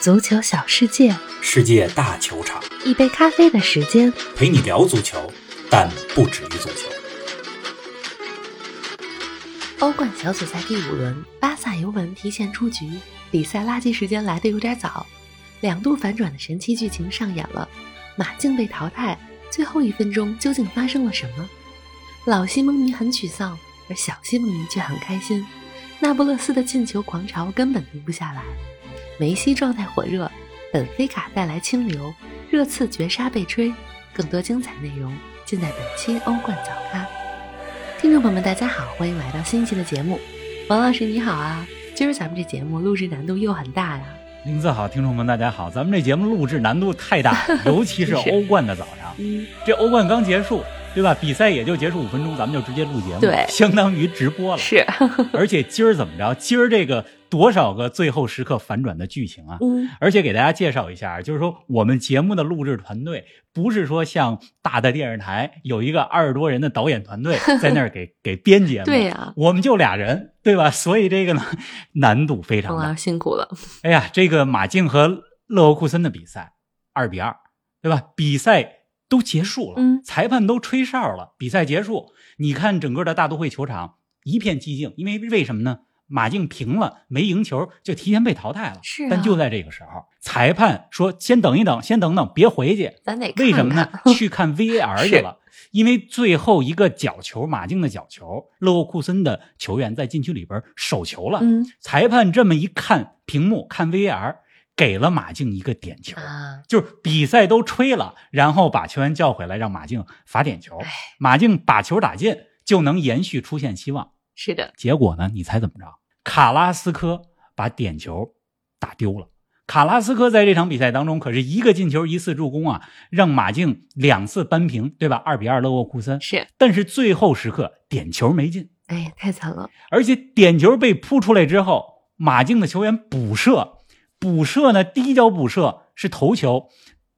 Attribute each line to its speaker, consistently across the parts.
Speaker 1: 足球小世界，
Speaker 2: 世界大球场
Speaker 1: 一杯咖啡的时间。
Speaker 2: 陪你聊足球，但不止于足球。
Speaker 1: 欧冠小组赛第五轮，巴萨、尤文提前出局，比赛垃圾时间来得有点早。两度反转的神奇剧情上演了，马竞被淘汰，最后一分钟究竟发生了什么？老西蒙尼很沮丧，而小西蒙尼却很开心。那不勒斯的进球狂潮根本停不下来，梅西状态火热，本菲卡带来清流，热刺绝杀被追。更多精彩内容尽在本期欧冠早咖。听众朋友们，大家好，欢迎来到新一期的节目。王老师你好啊，今儿咱们这节目录制难度又很大呀、
Speaker 3: 林子好，听众们大家好，咱们这节目录制难度太大了，尤其是
Speaker 1: 真是
Speaker 3: 欧冠的早上，
Speaker 1: 嗯，
Speaker 3: 这欧冠刚结束，对吧？比赛也就结束五分钟，咱们就直接录节目，
Speaker 1: 对
Speaker 3: 相当于直 播了。
Speaker 1: 是，
Speaker 3: 而且今儿怎么着？今儿这个多少个最后时刻反转的剧情啊！
Speaker 1: 嗯，
Speaker 3: 而且给大家介绍一下，啊就是说我们节目的录制团队不是说像大的电视台有一个二十多人的导演 团队在那儿给给编节目，
Speaker 1: 对呀、
Speaker 3: 我们就俩人，对吧？所以这个呢难度非常
Speaker 1: 王
Speaker 3: 大
Speaker 1: 老。师辛苦了，
Speaker 3: 哎呀，这个马竞和勒沃库森的比赛二比二，对吧？比赛都结束了，
Speaker 1: 嗯
Speaker 3: 裁判都吹哨了，比赛结束，你看整个的大都会球场一片寂静，因为为什么呢？马竞平了，没赢球就提前被淘汰了。
Speaker 1: 是啊
Speaker 3: 但就在这个时候，裁判说：“先等一等，先等等，别回去。”
Speaker 1: 咱得看看
Speaker 3: 为什么呢？去看 VAR 去了，因为最后一个角球，马竞的角球，勒沃库森的球员在禁区里边手球了。
Speaker 1: 嗯
Speaker 3: 裁判这么一看屏幕，看 VAR，给了马竞一个点球。
Speaker 1: 啊，
Speaker 3: 就是比赛都吹了，然后把球员叫回来，让马竞罚点球
Speaker 1: 哎，
Speaker 3: 马竞把球打进，就能延续出现希望。
Speaker 1: 是的，
Speaker 3: 结果呢？你猜怎么着？卡拉斯科把点球打丢了。卡拉斯科在这场比赛当中可是一个进球一次助攻啊，让马竞两次扳平，对吧？二比二勒沃库森。
Speaker 1: 是，
Speaker 3: 但是最后时刻点球没进，
Speaker 1: 哎，太惨了，
Speaker 3: 而且点球被扑出来之后，马竞的球员补射，补射呢第一脚补射是头球，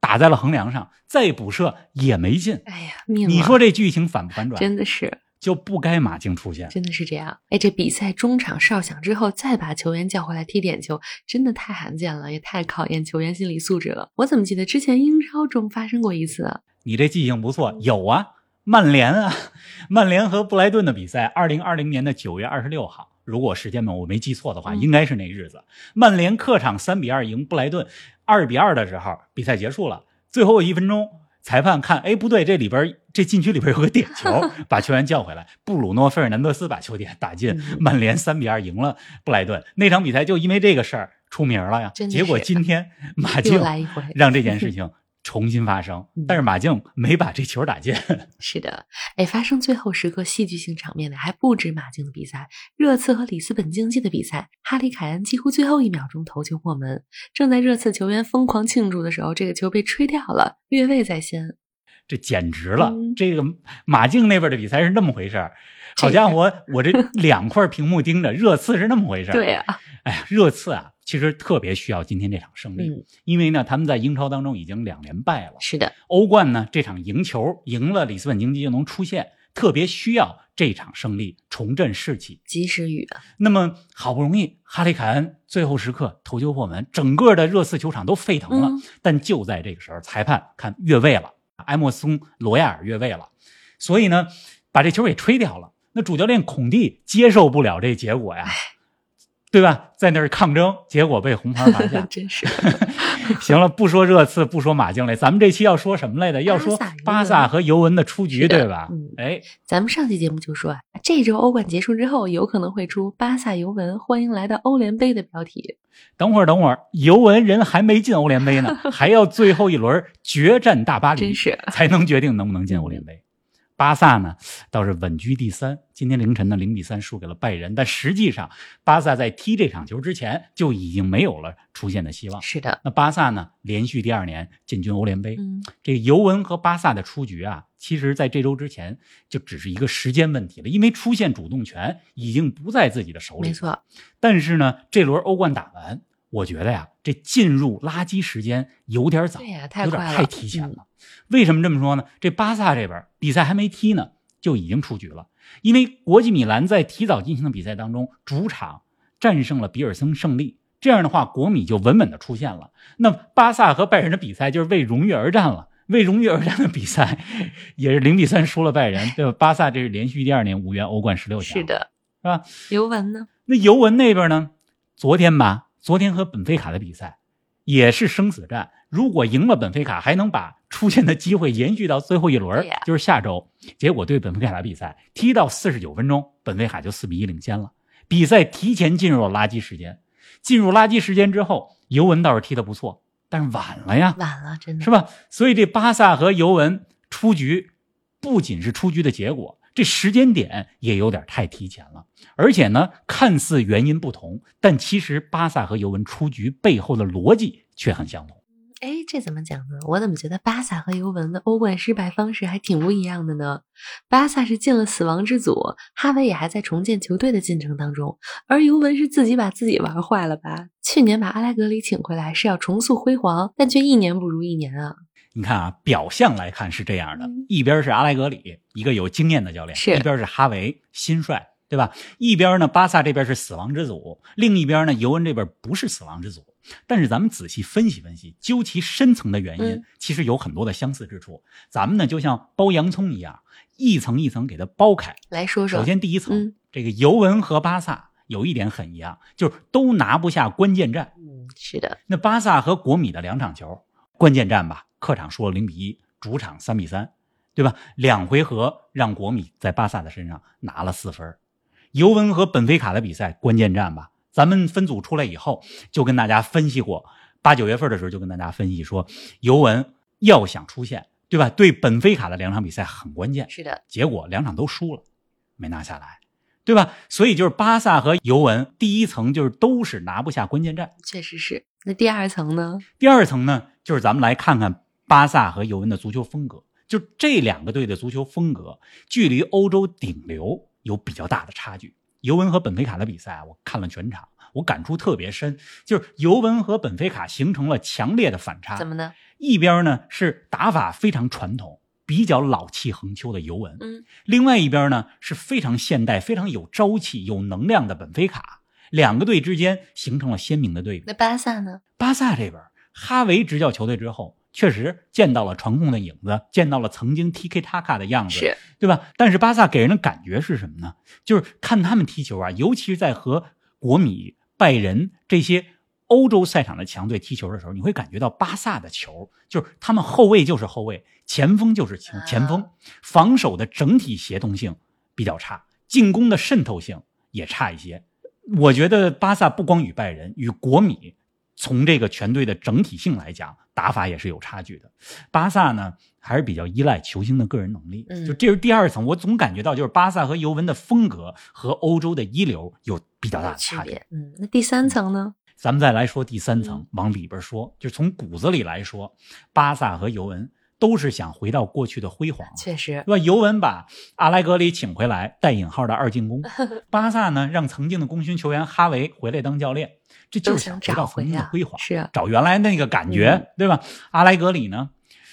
Speaker 3: 打在了横梁上，再补射也没进。
Speaker 1: 哎呀，命啊
Speaker 3: 你说这剧情反不反转？
Speaker 1: 真的是，
Speaker 3: 就不该马竞出现。
Speaker 1: 真的是这样。哎，这比赛中场哨响之后，再把球员叫回来踢点球，真的太罕见了，也太考验球员心理素质了。我怎么记得之前英超中发生过一次啊？
Speaker 3: 你这记性不错，
Speaker 1: 嗯
Speaker 3: 有啊，曼联啊， 曼联和布莱顿的比赛，二零二零年的九月二十六号，如果时间我没记错的话，
Speaker 1: 嗯
Speaker 3: 应该是那日子。曼联客场三比二赢布莱顿，二比二的时候，比赛结束了，最后一分钟，裁判看，哎，不对，这里边这禁区里边有个点 球，把球员叫回来，布鲁诺·费尔南德斯把球点打进
Speaker 1: 嗯，
Speaker 3: 曼联三比二赢了布莱顿。那场比赛就因为这个事儿出名了呀。
Speaker 1: 真的
Speaker 3: 结果
Speaker 1: 是
Speaker 3: 今天马
Speaker 1: 又
Speaker 3: 竞
Speaker 1: 来一回，
Speaker 3: 让这件事情重新发生
Speaker 1: 嗯。
Speaker 3: 但是马竞没把这球打进，
Speaker 1: 是的，哎，发生最后时刻戏剧性场面的还不止马竞的比赛，热刺和里斯本竞技的比赛，哈里凯恩几乎最后一秒钟头球破门，正在热刺球员疯狂庆祝的时候，这个球被吹掉了，越位在先。
Speaker 3: 这简直了！
Speaker 1: 嗯
Speaker 3: 这个马竞那边的比赛是那么回事儿。好家伙，我这两块屏幕盯着，热刺是那么回事儿。
Speaker 1: 对呀、啊，
Speaker 3: 哎呀，热刺啊，其实特别需要今天这场胜利，
Speaker 1: 嗯，
Speaker 3: 因为呢，他们在英超当中已经两连败了。
Speaker 1: 是的，
Speaker 3: 欧冠呢，这场赢球赢了里斯本竞技就能出线，特别需要这场胜利重振士气。
Speaker 1: 及时雨啊，
Speaker 3: 那么好不容易，哈里凯恩最后时刻头球破门，整个的热刺球场都沸腾了。
Speaker 1: 嗯。
Speaker 3: 但就在这个时候，裁判看越位了，埃莫松罗亚尔越位了，所以呢，把这球给吹掉了。那主教练孔蒂接受不了这结果呀，对吧？在那儿抗争，结果被红牌罚下
Speaker 1: 真是，
Speaker 3: 行了，不说热刺，不说马竞来，咱们这期要说什么来的？要说
Speaker 1: 巴萨尤文
Speaker 3: 巴萨和尤文的出局，
Speaker 1: 是的
Speaker 3: 对吧
Speaker 1: 嗯？
Speaker 3: 哎，
Speaker 1: 咱们上期节目就说啊，这周欧冠结束之后，有可能会出巴萨尤文欢迎来到欧联杯的标题。
Speaker 3: 等会儿，等会儿，尤文人还没进欧联杯 呢，还要最后一轮决战大巴黎
Speaker 1: 真是，
Speaker 3: 才能决定能不能进欧联杯。巴萨呢倒是稳居第三，今天凌晨呢零比三输给了拜仁，但实际上巴萨在踢这场球之前就已经没有了出现的希望。
Speaker 1: 是的，
Speaker 3: 那巴萨呢连续第二年进军欧联杯，
Speaker 1: 嗯，
Speaker 3: 这尤文和巴萨的出局啊，其实在这周之前就只是一个时间问题了，因为出现主动权已经不在自己的手里。
Speaker 1: 没错，
Speaker 3: 但是呢，这轮欧冠打完，我觉得呀，这进入垃圾时间有点早，
Speaker 1: 对呀太
Speaker 3: 有
Speaker 1: 快
Speaker 3: 点
Speaker 1: 了嗯
Speaker 3: 太提前了。为什么这么说呢？这巴萨这边比赛还没踢呢，就已经出局了，因为国际米兰在提早进行的比赛当中，主场战胜了比尔森胜利，这样的话，国米就稳稳的出现了。那巴萨和拜仁的比赛就是为荣誉而战了。为荣誉而战的比赛， 也是零比三输了拜仁，对吧？巴萨这是连续第二年无缘欧冠十六强，
Speaker 1: 是，的，
Speaker 3: 是吧？
Speaker 1: 尤文呢？
Speaker 3: 那尤文那边呢？昨天吧，昨天和本菲卡的比赛也是生死战。如果赢了本菲卡，还能把出现的机会延续到最后一轮儿
Speaker 1: 对呀，
Speaker 3: 就是下周。结果对本菲卡的比赛，踢到四十九分钟，本菲卡就四比一领先了，比赛提前进入了垃圾时间。进入垃圾时间之后，尤文倒是踢得不错，但是晚了呀，
Speaker 1: 晚了，真的
Speaker 3: 是吧？所以这巴萨和尤文出局，不仅是出局的结果，这时间点也有点太提前了。而且呢，看似原因不同，但其实巴萨和尤文出局背后的逻辑却很相同。
Speaker 1: 哎，这怎么讲呢？我怎么觉得巴萨和尤文的欧冠失败方式还挺不一样的呢？巴萨是进了死亡之组，哈维也还在重建球队的进程当中，而尤文是自己把自己玩坏了吧？去年把阿莱格里请回来是要重塑辉煌，但却一年不如一年啊！
Speaker 3: 你看啊，表象来看是这样的
Speaker 1: 嗯：
Speaker 3: 一边是阿莱格里，一个有经验的教练；
Speaker 1: 是
Speaker 3: 一边是哈维新帅，对吧？一边呢，巴萨这边是死亡之组，另一边呢，尤文这边不是死亡之组。但是咱们仔细分析分析，究其深层的原因，
Speaker 1: 嗯
Speaker 3: 其实有很多的相似之处。咱们呢，就像剥洋葱一样，一层一层给它剥开。
Speaker 1: 来说说，
Speaker 3: 首先，第一层，
Speaker 1: 嗯
Speaker 3: 这个尤文和巴萨有一点很一样，就是都拿不下关键战。
Speaker 1: 嗯，是的，
Speaker 3: 那巴萨和国米的两场球，关键战吧，客场输了零比一，主场三比三，对吧？两回合让国米在巴萨的身上拿了四分儿。尤文和本菲卡的比赛关键战吧，咱们分组出来以后就跟大家分析过，八九月份的时候就跟大家分析说，尤文要想出线，对吧？对本菲卡的两场比赛很关键，
Speaker 1: 是的，
Speaker 3: 结果两场都输了，没拿下来，对吧？所以就是巴萨和尤文第一层就是都是拿不下关键战。
Speaker 1: 确实是。那第二层呢？
Speaker 3: 第二层呢，就是咱们来看看巴萨和尤文的足球风格。就这两个队的足球风格，距离欧洲顶流有比较大的差距。尤文和本菲卡的比赛啊，我看了全场，我感触特别深，就是尤文和本菲卡形成了强烈的反差。
Speaker 1: 怎么呢？
Speaker 3: 一边呢是打法非常传统、比较老气横秋的尤文，
Speaker 1: 嗯，
Speaker 3: 另外一边呢是非常现代、非常有朝气、有能量的本菲卡。两个队之间形成了鲜明的对比。
Speaker 1: 那巴萨呢？
Speaker 3: 巴萨这边，哈维执教球队之后，确实见到了传控的影子，见到了曾经 TK 塔卡的样子，
Speaker 1: 是
Speaker 3: 嗯对吧？但是巴萨给人的感觉是什么呢？就是看他们踢球啊，尤其是在和国米、拜仁这些欧洲赛场的强队踢球的时候，你会感觉到巴萨的球就是他们后卫就是后卫，前锋就是前
Speaker 1: 啊
Speaker 3: 前锋，防守的整体协同性比较差，进攻的渗透性也差一些。我觉得巴萨不光与拜仁，与国米，从这个全队的整体性来讲，打法也是有差距的。巴萨呢，还是比较依赖球星的个人能力。
Speaker 1: 嗯
Speaker 3: 就这是第二层，我总感觉到就是巴萨和尤文的风格和欧洲的一流有比较大
Speaker 1: 有
Speaker 3: 的
Speaker 1: 区
Speaker 3: 差别。
Speaker 1: 别。嗯，那第三层呢？
Speaker 3: 咱们再来说第三层
Speaker 1: 嗯，
Speaker 3: 往里边说，就从骨子里来说，巴萨和尤文都是想回到过去的辉煌。
Speaker 1: 确实，
Speaker 3: 对吧？尤文把阿莱格里请回来，带引号的二 进攻。巴萨呢，让曾经的功勋球员哈维回来当教练，这就
Speaker 1: 都
Speaker 3: 是
Speaker 1: 想
Speaker 3: 回
Speaker 1: 找
Speaker 3: 到曾
Speaker 1: 回
Speaker 3: 经的
Speaker 1: 啊
Speaker 3: 辉煌，
Speaker 1: 是啊
Speaker 3: 找原来那个感觉，
Speaker 1: 嗯
Speaker 3: 对吧？阿莱格里呢，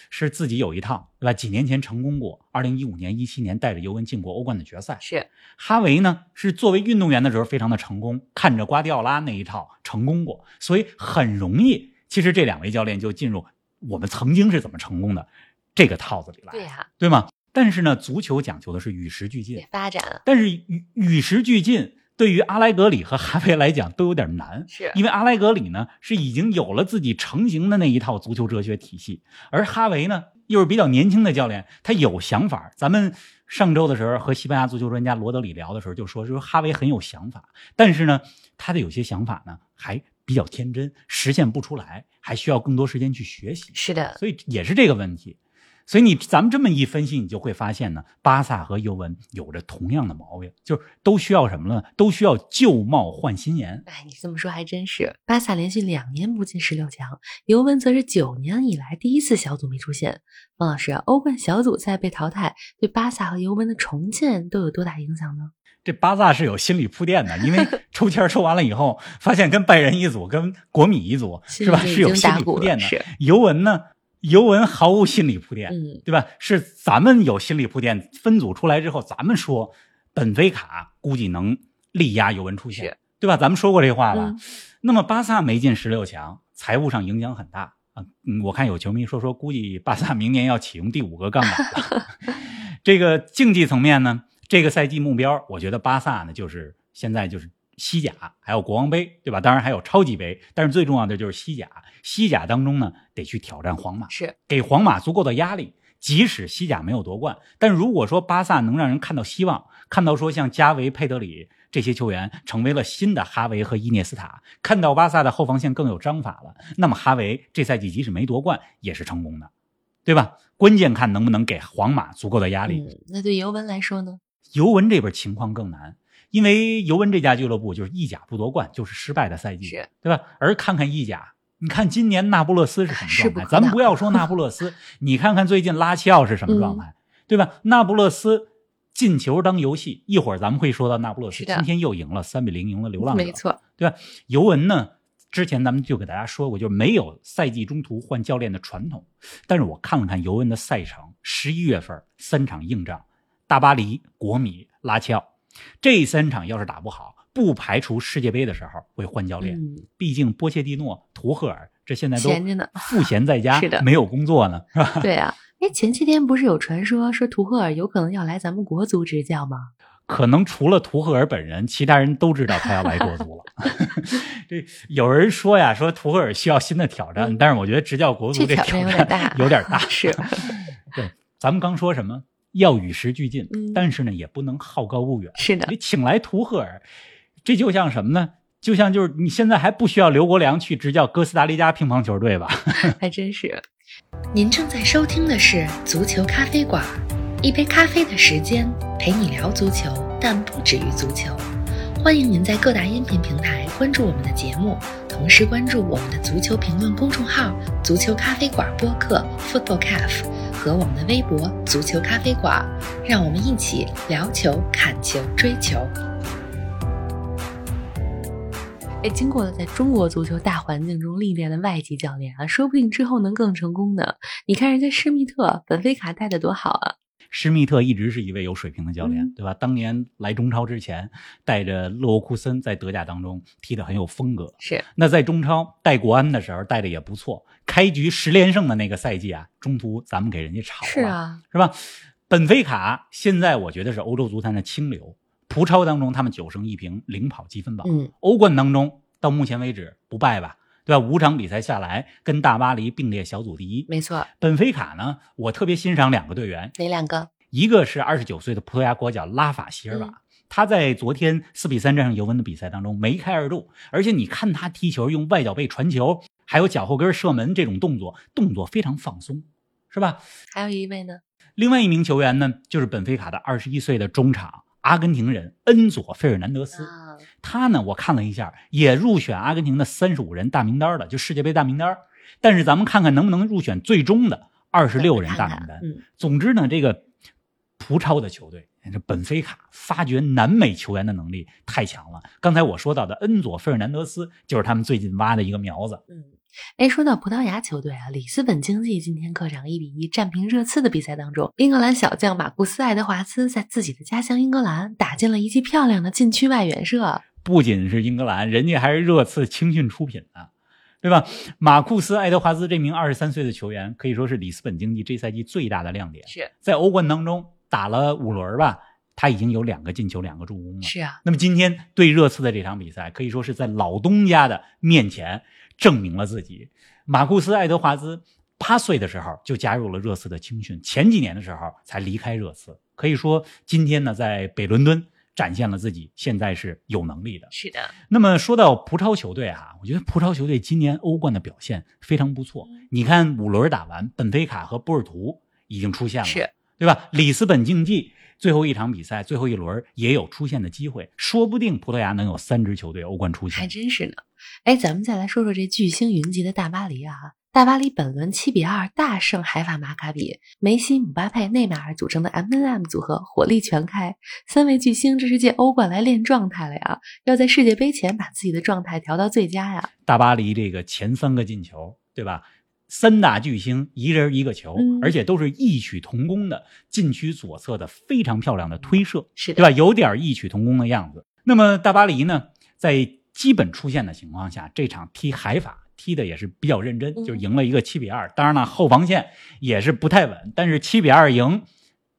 Speaker 3: 是自己有一套，对吧？几年前成功过，二零一五年、一七年带着尤文进过欧冠的决赛。
Speaker 1: 是
Speaker 3: 哈维呢，是作为运动员的时候非常的成功，看着瓜迪奥拉那一套成功过，所以很容易，其实这两位教练就进入我们曾经是怎么成功的这个套子里来。
Speaker 1: 对呀、
Speaker 3: 对吗？但是呢，足球讲究的是与时俱进
Speaker 1: 也，发展啊，
Speaker 3: 但是与与时俱进对于阿莱格里和哈维来讲都有点难，
Speaker 1: 是
Speaker 3: 因为阿莱格里呢是已经有了自己成型的那一套足球哲学体系，而哈维呢又是比较年轻的教练，他有想法。咱们上周的时候和西班牙足球专家罗德里聊的时候就说，说哈维很有想法，但是呢，他的有些想法呢还比较天真，实现不出来，还需要更多时间去学习。
Speaker 1: 是的，
Speaker 3: 所以也是这个问题。所以你咱们这么一分析，你就会发现呢，巴萨和尤文有着同样的毛病，就是都需要什么呢？都需要旧貌换新颜。
Speaker 1: 哎，你这么说还真是。巴萨连续两年不进十六强，尤文则是九年以来第一次小组没出现。王老师，欧冠小组赛被淘汰，对巴萨和尤文的重建都有多大影响呢？
Speaker 3: 这巴萨是有心理铺垫的，因为抽签抽完了以后，发现跟拜仁一组，跟国米一组，
Speaker 1: 心
Speaker 3: 是吧？
Speaker 1: 里就已
Speaker 3: 是有
Speaker 1: 经
Speaker 3: 心
Speaker 1: 打
Speaker 3: 理
Speaker 1: 鼓
Speaker 3: 铺
Speaker 1: 了
Speaker 3: 垫
Speaker 1: 是
Speaker 3: 的。尤文呢，尤文毫无心理铺垫，
Speaker 1: 嗯，
Speaker 3: 对吧？是咱们有心理铺垫，分组出来之后，咱们说本菲卡估计能力压尤文出线
Speaker 1: 是，
Speaker 3: 对吧？咱们说过这话吧。
Speaker 1: 嗯
Speaker 3: 那么巴萨没进十六强，财务上影响很大啊。嗯，我看有球迷说说，估计巴萨明年要启用第五个杠杆 了。这个竞技层面呢，这个赛季目标，我觉得巴萨呢就是现在就是西甲，还有国王杯，对吧？当然还有超级杯，但是最重要的就是西甲。西甲当中呢，得去挑战皇马，
Speaker 1: 是
Speaker 3: 给皇马足够的压力。即使西甲没有夺冠，但如果说巴萨能让人看到希望，看到说像加维、佩德里这些球员成为了新的哈维和伊涅斯塔，看到巴萨的后防线更有章法了，那么哈维这赛季即使没夺冠也是成功的，对吧？关键看能不能给皇马足够的压力。
Speaker 1: 嗯，那对尤文来说呢？
Speaker 3: 尤文这边情况更难，因为尤文这家俱乐部就是意甲不夺冠就是失败的赛季，
Speaker 1: 是
Speaker 3: 对吧？而看看意甲，你看今年那不勒斯是什 么
Speaker 1: 是
Speaker 3: 状
Speaker 1: 不
Speaker 3: 态？
Speaker 1: 可
Speaker 3: 咱
Speaker 1: 挡
Speaker 3: 们不要说那不勒斯，你看看最近拉齐奥是什么状
Speaker 1: 嗯
Speaker 3: 态，对吧？那不勒斯进球当游戏，一会儿咱们会说到那不勒斯
Speaker 1: 是的
Speaker 3: 今天又赢了三比零，赢了流浪者，
Speaker 1: 没错，
Speaker 3: 对吧？尤文呢，之前咱们就给大家说过，就是没有赛季中途换教练的传统。但是我看了看尤文的赛程，十一月份三场硬仗，大巴黎、国米、拉齐奥，这三场要是打不好，不排除世界杯的时候会换教练。
Speaker 1: 嗯，
Speaker 3: 毕竟波切蒂诺、图赫尔这现在都
Speaker 1: 闲着呢
Speaker 3: 赋闲在家，
Speaker 1: 是的
Speaker 3: 没有工作呢，是吧？
Speaker 1: 对 啊。哎，前些天不是有传说说图赫尔有可能要来咱们国足执教吗？
Speaker 3: 可能除了图赫尔本人，其他人都知道他要来国足 了。这有人说呀，说图赫尔需要新的挑战，
Speaker 1: 嗯
Speaker 3: 但是我觉得执教国足
Speaker 1: 这挑
Speaker 3: 挑
Speaker 1: 战有
Speaker 3: 战，
Speaker 1: 点大
Speaker 3: 有点大
Speaker 1: 是，
Speaker 3: 对，咱们刚说什么？要与时俱进，
Speaker 1: 嗯
Speaker 3: 但是呢，也不能好高骛远。
Speaker 1: 是的，
Speaker 3: 你请来图赫尔，这就像什么呢？就像就是你现在还不需要刘国梁去执教哥斯达黎加乒乓球队吧？
Speaker 1: 还真是。您正在收听的是《足球咖啡馆》，一杯咖啡的时间陪你聊足球，但不止于足球。欢迎您在各大音频平台关注我们的节目，同时关注我们的足球评论公众号“足球咖啡馆”播客 （Football Cafe） 和我们的微博“足球咖啡馆”，让我们一起聊球、看球、追球。哎，经过了在中国足球大环境中历练的外籍教练啊，说不定之后能更成功呢。你看人家施密特、本菲卡带的多好啊！
Speaker 3: 施密特一直是一位有水平的教练，
Speaker 1: 嗯
Speaker 3: 对吧？当年来中超之前，带着勒沃库森在德甲当中踢得很有风格。
Speaker 1: 是
Speaker 3: 那在中超带国安的时候带的也不错，开局十连胜的那个赛季啊，中途咱们给人家炒了，
Speaker 1: 是啊，
Speaker 3: 是吧？本菲卡现在我觉得是欧洲足坛的清流，葡超当中他们九胜一平，领跑积分榜。
Speaker 1: 嗯，
Speaker 3: 欧冠当中到目前为止不败吧，对吧？五场比赛下来，跟大巴黎并列小组第一。
Speaker 1: 没错，
Speaker 3: 本菲卡呢，我特别欣赏两个队员，
Speaker 1: 哪两个？
Speaker 3: 一个是二十九岁的葡萄牙国脚拉法席尔瓦，
Speaker 1: 嗯
Speaker 3: 他在昨天四比三战胜尤文的比赛当中梅开二度，而且你看他踢球用外脚背传球，还有脚后跟射门这种动作，动作非常放松，是吧？
Speaker 1: 还有一位呢？
Speaker 3: 另外一名球员呢，就是本菲卡的二十一岁的中场阿根廷人恩佐费尔南德斯。
Speaker 1: 啊，
Speaker 3: 他呢，我看了一下，也入选阿根廷的三十五人大名单了，就世界杯大名单。但是咱们看看能不能入选最终的二十六人大名
Speaker 1: 看看
Speaker 3: 单。
Speaker 1: 嗯，
Speaker 3: 总之呢，这个葡超的球队，这本菲卡发掘南美球员的能力太强了。刚才我说到的恩佐费尔南德斯就是他们最近挖的一个苗子。
Speaker 1: 嗯，哎，说到葡萄牙球队啊，里斯本竞技今天客场一比一战平热刺的比赛当中，英格兰小将马库斯·爱德华兹在自己的家乡英格兰打进了一记漂亮的禁区外远射。
Speaker 3: 不仅是英格兰，人家还是热刺青训出品的，对吧？马库斯·爱德华兹这名二十三岁的球员可以说是里斯本竞技这赛季最大的亮点。
Speaker 1: 是
Speaker 3: 在欧冠当中打了五轮吧，他已经有两个进球，两个助攻了。
Speaker 1: 是啊，
Speaker 3: 那么今天对热刺的这场比赛，可以说是在老东家的面前证明了自己。马库斯·爱德华兹八岁的时候就加入了热刺的青训，前几年的时候才离开热刺。可以说，今天呢，在北伦敦展现了自己现在是有能力的。
Speaker 1: 是的，
Speaker 3: 那么说到葡超球队啊，我觉得葡超球队今年欧冠的表现非常不错。
Speaker 1: 嗯
Speaker 3: 你看五轮打完，本菲卡和波尔图已经出现了，
Speaker 1: 是
Speaker 3: 对吧？里斯本竞技最后一场比赛，最后一轮也有出现的机会，说不定葡萄牙能有三支球队欧冠出
Speaker 1: 还
Speaker 3: 现。
Speaker 1: 真是呢。哎，咱们再来说说这巨星云集的大巴黎啊。大巴黎本轮七比二大胜海法马卡比，梅西、姆巴佩、内马尔组成的 M&M 组合火力全开，三位巨星这是借欧冠来练状态了呀！要在世界杯前把自己的状态调到最佳呀！
Speaker 3: 大巴黎这个前三个进球，对吧？三大巨星一人一个球，
Speaker 1: 嗯
Speaker 3: 而且都是异曲同工的禁区左侧的非常漂亮的推射。
Speaker 1: 是的，
Speaker 3: 对吧？有点异曲同工的样子。那么大巴黎呢，在基本出线的情况下，这场踢海法踢的也是比较认真，
Speaker 1: 嗯
Speaker 3: 就赢了一个七比二。当然了，后防线也是不太稳，但是七比二赢，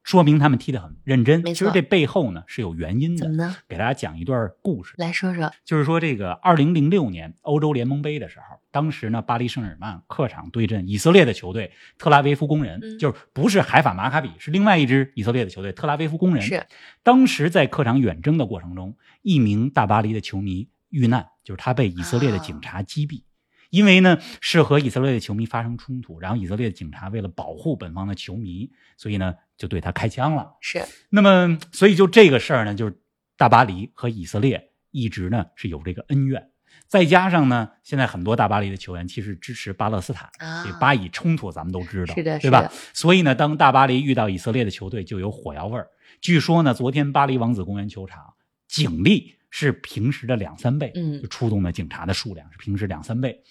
Speaker 3: 说明他们踢得很认真。
Speaker 1: 没
Speaker 3: 其
Speaker 1: 错
Speaker 3: 实这背后呢是有原因
Speaker 1: 怎
Speaker 3: 的
Speaker 1: 么。呢？
Speaker 3: 给大家讲一段故事，
Speaker 1: 来说说，
Speaker 3: 就是说这个二零零六年欧洲联盟杯的时候，当时呢巴黎圣日耳曼客场对阵以色列的球队特拉维夫工人，
Speaker 1: 嗯
Speaker 3: 就是不是海法马卡比，是另外一支以色列的球队特拉维夫工人。
Speaker 1: 是
Speaker 3: 当时在客场远征的过程中，一名大巴黎的球迷遇难，就是他被以色列的警察击毙。因为呢，是和以色列的球迷发生冲突，然后以色列的警察为了保护本方的球迷，所以呢就对他开枪了。
Speaker 1: 是，
Speaker 3: 那么，所以就这个事儿呢，就是大巴黎和以色列一直呢是有这个恩怨，再加上呢，现在很多大巴黎的球员其实支持巴勒斯坦，
Speaker 1: 啊
Speaker 3: 这巴以冲突咱们都知道，
Speaker 1: 是的
Speaker 3: 对
Speaker 1: 是
Speaker 3: 吧
Speaker 1: 的？
Speaker 3: 所以呢，当大巴黎遇到以色列的球队，就有火药味儿。据说呢，昨天巴黎王子公园球场警力是平时的两三倍，
Speaker 1: 嗯
Speaker 3: 就出动的警察的数量是平时两三倍。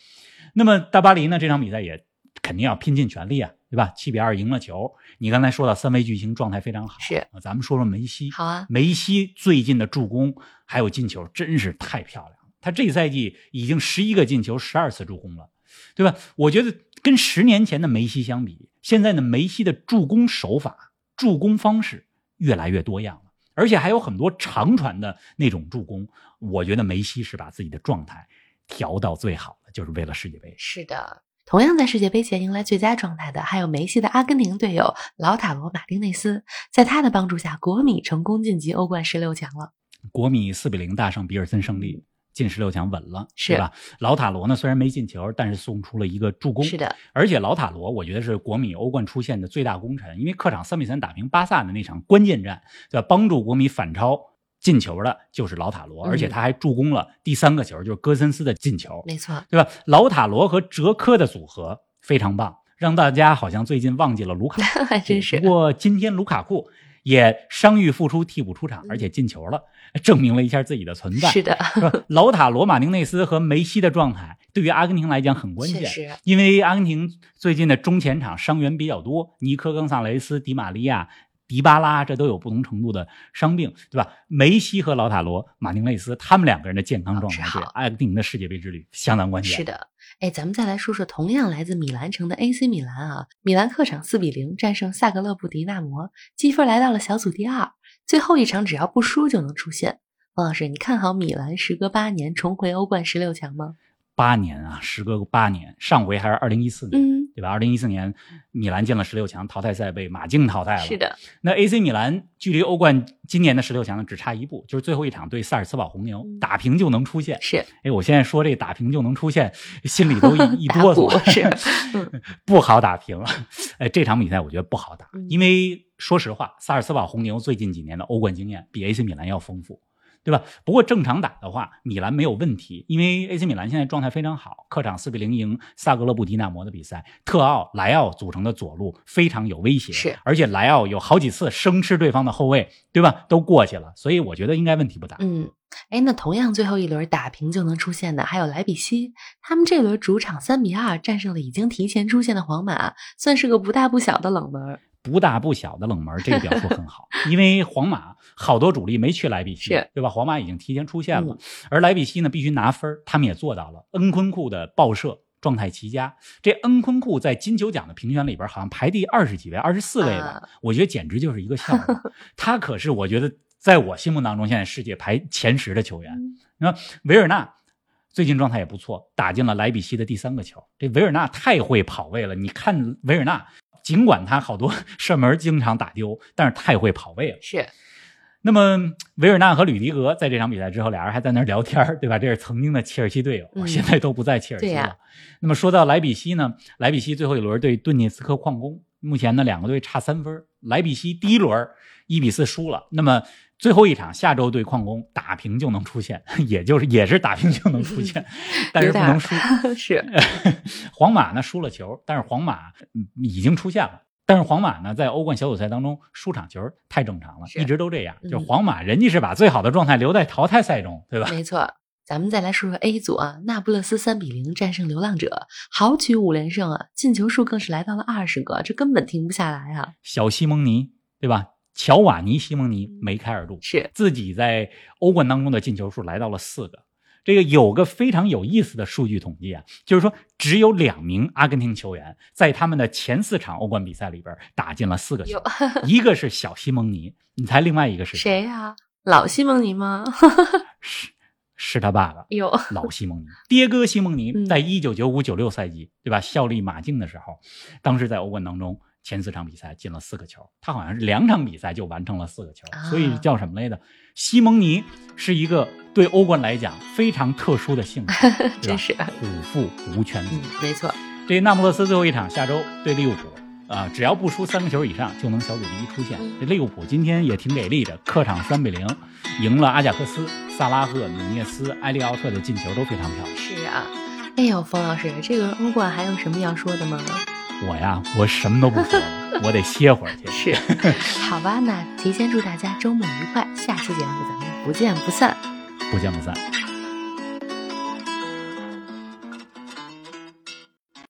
Speaker 3: 那么大巴黎呢，这场比赛也肯定要拼尽全力啊，对吧？七比二赢了球。你刚才说到三位巨星状态非常好，
Speaker 1: 是
Speaker 3: 啊咱们说说梅西，
Speaker 1: 好啊，
Speaker 3: 梅西最近的助攻还有进球真是太漂亮了。他这赛季已经十一个进球，十二次助攻了，对吧？我觉得跟十年前的梅西相比，现在的梅西的助攻手法、助攻方式越来越多样了，而且还有很多长传的那种助攻。我觉得梅西是把自己的状态调到最好的，就是为了世界杯。
Speaker 1: 是的。同样在世界杯前迎来最佳状态的，还有梅西的阿根廷队友老塔罗马丁内斯。在他的帮助下，国米成功晋级欧冠十六强了。
Speaker 3: 国米四比零大胜比尔森胜利，进十六强稳了，
Speaker 1: 是
Speaker 3: 对吧？老塔罗呢虽然没进球，但是送出了一个助攻，
Speaker 1: 是的，
Speaker 3: 而且老塔罗，我觉得是国米欧冠出现的最大功臣，因为客场三比三打平巴萨的那场关键战，对吧？帮助国米反超进球的就是老塔罗，
Speaker 1: 嗯
Speaker 3: 而且他还助攻了第三个球，就是戈森斯的进球，
Speaker 1: 没 错，
Speaker 3: 对吧？老塔罗和哲科的组合非常棒，让大家好像最近忘记了卢卡
Speaker 1: 还真是
Speaker 3: 不。过今天卢卡库也伤愈复出，替补出场，而且进球了，证明了一下自己的存在。
Speaker 1: 是的，
Speaker 3: 是吧老塔罗马宁内斯和梅西的状态对于阿根廷来讲很关
Speaker 1: 确
Speaker 3: 键，
Speaker 1: 实
Speaker 3: 因为阿根廷最近的中前场伤员比较多，尼科、冈萨雷斯、迪玛利亚、迪巴拉这都有不同程度的伤病，对吧？梅西和老塔罗、马丁内斯他们两个人的健康状啊态
Speaker 1: 保持
Speaker 3: 对
Speaker 1: 好
Speaker 3: 阿根廷的世界杯之旅相当关键。
Speaker 1: 是的，哎，咱们再来说说同样来自米兰城的 AC 米兰啊，米兰客场四比零战胜萨格勒布迪纳摩，积分来到了小组第二，最后一场只要不输就能出线。王老师，你看好米兰时隔八年重回欧冠十六强吗？
Speaker 3: 八年啊，时隔八年，上回还是二零一四年。
Speaker 1: 嗯，
Speaker 3: 对吧？二零一四年，米兰进了十六强，淘汰赛被马竞淘汰了。
Speaker 1: 是的，
Speaker 3: 那 AC 米兰距离欧冠今年的十六强呢，只差一步，就是最后一场对萨尔茨堡红牛
Speaker 1: 嗯
Speaker 3: 打平就能出线。
Speaker 1: 是
Speaker 3: 哎，我现在说这打平就能出线，心里 都一一
Speaker 1: 打
Speaker 3: 哆
Speaker 1: 鼓
Speaker 3: 嗦，
Speaker 1: 是 嗯
Speaker 3: 不好打平。哎，这场比赛我觉得不好打
Speaker 1: 嗯，
Speaker 3: 因为说实话，萨尔茨堡红牛最近几年的欧冠经验比 AC 米兰要丰富。对吧？不过正常打的话，米兰没有问题，因为 AC 米兰现在状态非常好，客场四比零赢萨格勒布迪纳摩的比赛，特奥、莱奥组成的左路非常有威胁，
Speaker 1: 是，
Speaker 3: 而且莱奥有好几次生吃对方的后卫，对吧？都过去了，所以我觉得应该问题不大。
Speaker 1: 嗯。哎，那同样最后一轮打平就能出线的还有莱比锡，他们这轮主场三比二战胜了已经提前出线的皇马，算是个不大不小的冷门儿。
Speaker 3: 不大不小的冷门，这个表述 很好，因为皇马好多主力没去莱比锡
Speaker 1: 是，
Speaker 3: 对吧？皇马已经提前出线了，
Speaker 1: 嗯
Speaker 3: 而莱比锡呢必须拿分儿，他们也做到了。恩昆库的爆射状态极佳，这恩昆库在金球奖的评选里边好像排第二十几位，二十四位吧，
Speaker 1: 啊
Speaker 3: 我觉得简直就是一个笑话。他可是我觉得在我心目当中现在世界排前十的球员，那维尔纳最近状态也不错，打进了莱比锡的第三个球。这维尔纳太会跑位了，你看维尔纳，尽管他好多 射门经常打丢，但是太会跑位了。
Speaker 1: 是
Speaker 3: 那么维尔纳和吕迪格在这场比赛之后，俩人还在那儿聊天儿，对吧？这是曾经的切尔西队友，
Speaker 1: 嗯
Speaker 3: 现在都不在切尔西
Speaker 1: 对
Speaker 3: 了。
Speaker 1: 呀
Speaker 3: 那么说到莱比锡呢，莱比锡最后一轮对顿涅茨克矿工，目前呢两个队差三分儿。莱比锡第一轮一比四输了，那么最后一场下周对矿工打平就能出线， 也就是也是打平就能 出线，但是不能输。
Speaker 1: 是，
Speaker 3: 皇马呢输了球，但是皇马嗯已经出现了。但是皇马呢，在欧冠小组赛当中输场球太正常了，
Speaker 1: 是
Speaker 3: 一直都这样。
Speaker 1: 嗯
Speaker 3: 就是皇马，人家是把最好的状态留在淘汰赛中，对吧？
Speaker 1: 没错，咱们再来说说 A 组啊，那不勒斯三比零战胜流浪者，豪取五连胜啊，进球数更是来到了二十个，这根本停不下来啊！
Speaker 3: 小西蒙尼，对吧？乔
Speaker 1: 嗯
Speaker 3: 瓦尼、西蒙尼、梅开二度，
Speaker 1: 是
Speaker 3: 自己在欧冠当中的进球数来到了四个。这个有个非常有意思的数据统计啊，就是说只有两名阿根廷球员在他们的前四场欧冠比赛里边打进了四个球
Speaker 1: 有，
Speaker 3: 一个是小西蒙尼，你猜另外一个 是
Speaker 1: 谁？呀、老西蒙尼吗？
Speaker 3: 是是他爸爸。
Speaker 1: 有，
Speaker 3: 老 西蒙尼，迭戈·西蒙尼
Speaker 1: 嗯
Speaker 3: 在一九九五九六赛季，对吧？效力马竞的时候，当时在欧冠当中前四场比赛进了四个球，他好像是两场比赛就完成了四个球，
Speaker 1: 啊
Speaker 3: 所以叫什么来着？西蒙尼是一个对欧冠来讲非常特殊的性格，
Speaker 1: 真
Speaker 3: 对吧？
Speaker 1: 是，啊
Speaker 3: 五负无全
Speaker 1: 嗯
Speaker 3: 责。，
Speaker 1: 没错，
Speaker 3: 这那不勒斯最后一场下周对利物浦。啊，只要不输三个球以上，就能小组第一出线
Speaker 1: 嗯。
Speaker 3: 这利物浦今天也挺给力的，客场三比零赢了阿贾克斯，萨拉赫、努涅斯、埃利奥特的进球都非常漂亮。
Speaker 1: 是啊。哎呦，冯老师，这个欧冠还有什么要说的吗？
Speaker 3: 我呀，我什么都不说了，我得歇会儿去。
Speaker 1: 是， 好吧，那提前祝大家周末愉快，下期节目咱们不见不散。
Speaker 3: 不见不散。